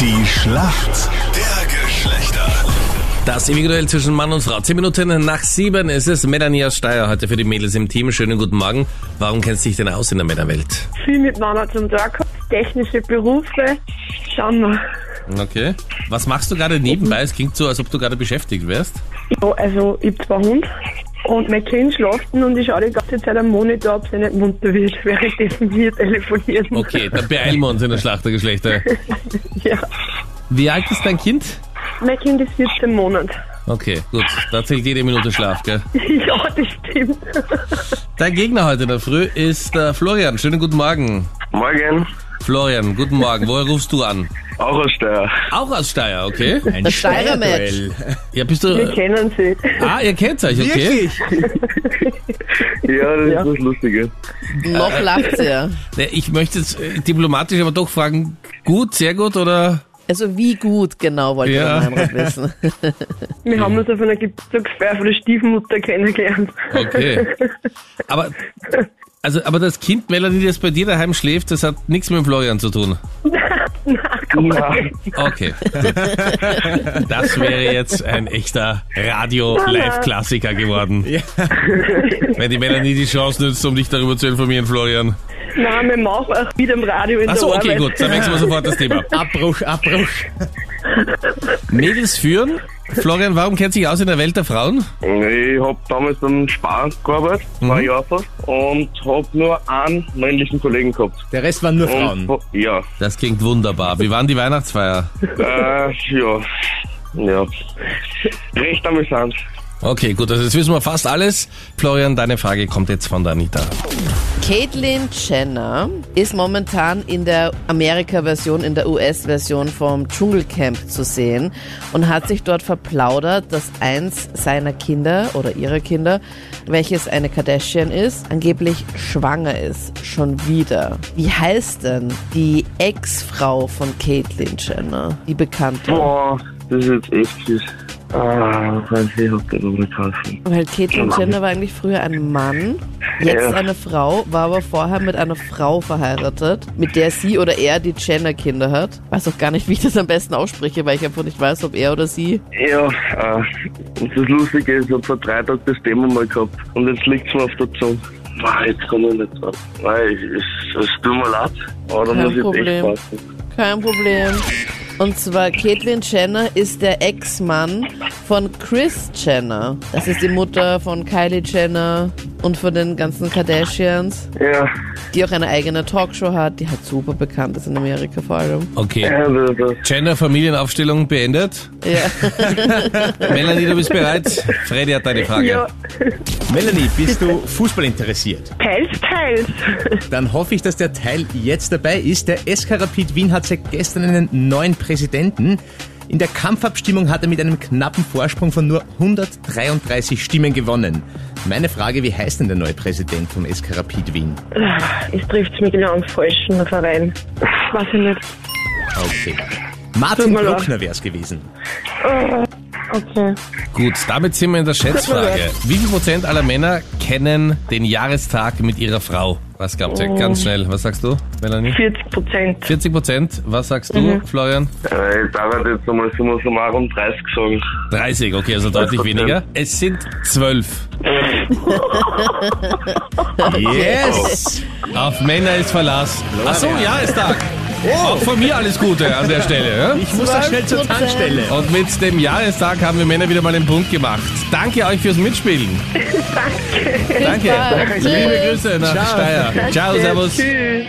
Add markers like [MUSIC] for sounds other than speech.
Die Schlacht der Geschlechter. Das ewige Duell zwischen Mann und Frau. Zehn Minuten nach sieben ist es Melanie aus Steyr heute für die Mädels im Team. Schönen guten Morgen. Warum kennst du dich denn aus in der Männerwelt? viel mit Mama zum Tag gehabt. Technische Berufe, schauen wir. Okay. Was machst du gerade nebenbei? Es klingt so, als ob du gerade beschäftigt wärst. Ja, also ich hab zwei Hunde und mein Kind schlaft und ich schaue die ganze Zeit am Monitor, ob sie nicht munter wird, [LAUGHS] währenddessen wir telefonieren. Okay, dann beeilen wir uns in der Schlacht der Geschlechter. [LAUGHS] Ja. Wie alt ist dein Kind? Mein Kind ist 14 Monate. [LAUGHS] Okay, gut. Da zählt jede Minute Schlaf, gell? Ja, das stimmt. Dein Gegner heute in der Früh ist äh, Florian. Schönen guten Morgen. Morgen, Florian, guten Morgen. Woher rufst du an? auch aus Steyr. Auch aus Steyr, okay? Das Steirer-Match. Ja, bist Wir [LAUGHS] du... kennen sie. Ah, ihr kennt euch, okay? Ja, das ist das Lustige. Noch lacht er. Ne, Ich möchte jetzt äh, diplomatisch aber doch fragen, gut, sehr gut oder? Also wie gut genau wollte Ja. der Meinrad wissen. Wir Mhm. haben uns auf einer Geburtstagsfeier von der Stiefmutter kennengelernt. Okay. Aber, also, aber das Kind Melanie, das bei dir daheim schläft, das hat nichts mit dem Florian zu tun. Ja, Okay. Das wäre jetzt ein echter Radio-Live-Klassiker geworden. Wenn die Melanie die Chance nützt, um dich darüber zu informieren, Florian. [LAUGHS] Nein, wir machen auch wieder im Radio in Achso, der okay, Arbeit. gut, dann wechseln wir sofort das Thema. Abbruch, Abbruch. Mädels führen. Florian, warum kennt sich aus in der Welt der Frauen? ich hab damals beim Spar gearbeitet, Mhm. zwei Jahre fast, und hab nur einen männlichen Kollegen gehabt. Der Rest waren nur Frauen. Und, ja, Das klingt wunderbar. Wie waren die Weihnachtsfeier? äh, ja, ja. Recht amüsant. Okay, gut, also jetzt wissen wir fast alles. Florian, deine Frage kommt jetzt von der Anita. Caitlyn Jenner ist momentan in der Amerika-Version, in der US-Version vom Dschungelcamp zu sehen und hat sich dort verplaudert, dass eins seiner Kinder oder ihrer Kinder, welches eine Kardashian ist, angeblich schwanger ist. Schon wieder. Wie heißt denn die Ex-Frau von Caitlyn Jenner? Die Bekannte. Boah, das ist jetzt echt süß. Ah, ich hab den umgekaufen. Weil Caitlyn Jenner war eigentlich früher ein Mann, jetzt Ja. eine Frau, war aber vorher mit einer Frau verheiratet, mit der sie oder er die Jenner-Kinder hat. Weiß auch gar nicht, wie ich das am besten ausspreche, weil ich einfach nicht weiß, ob er oder sie. Ja, äh, und das Lustige ist, ich hab vor drei Tagen das Thema mal gehabt, und jetzt liegt's mir auf der Zunge. Nein, jetzt kann ich nicht drauf. Nein, ich- ich- es tut mir leid, aber da Kein muss ich jetzt echt Problem. passen. Kein Problem. Und zwar Caitlyn Jenner ist der Ex-Mann von Chris Jenner. Das ist die Mutter von Kylie Jenner und von den ganzen Kardashians, Ja, die auch eine eigene Talkshow hat, die halt super bekannt ist in Amerika vor allem. Okay. ja, das, das. Gender Familienaufstellung beendet. Ja. [LAUGHS] Melanie, du bist bereit. Freddy hat deine Frage. Ja, Melanie, bist du Fußball interessiert? teils, teils. [LAUGHS] Dann hoffe ich, dass der Teil jetzt dabei ist. Der SK Rapid Wien hat seit gestern einen neuen Präsidenten. In der Kampfabstimmung hat er mit einem knappen Vorsprung von nur 133 Stimmen gewonnen. Meine Frage, wie heißt denn der neue Präsident vom SK Rapid Wien? Es trifft mich genau am falschen Verein. Weiß ich nicht. Okay. Martin mir leid. Bruckner wäre es gewesen. Okay. Gut, damit sind wir in der Schätzfrage. Wie viel Prozent aller Männer kennen den Jahrestag mit ihrer Frau? Was gab's ja? Ganz schnell. Was sagst du, Melanie? 40 Prozent. 40 Prozent. Was sagst du, Florian? Äh, ich darf jetzt einmal summa summarum 30 sagen. 30, okay, also deutlich 12%. weniger. Es sind 12. Yes! Auf Männer ist Verlass. Ach so, Jahrestag. Auch von mir alles Gute an der Stelle. Ja? Ich muss da schnell zur 12%. Tankstelle. Und mit dem Jahrestag haben wir Männer wieder mal den Punkt gemacht. Danke euch fürs Mitspielen. Danke. Danke. Liebe Grüße nach Steyr. Ciao, servus. Tschüss.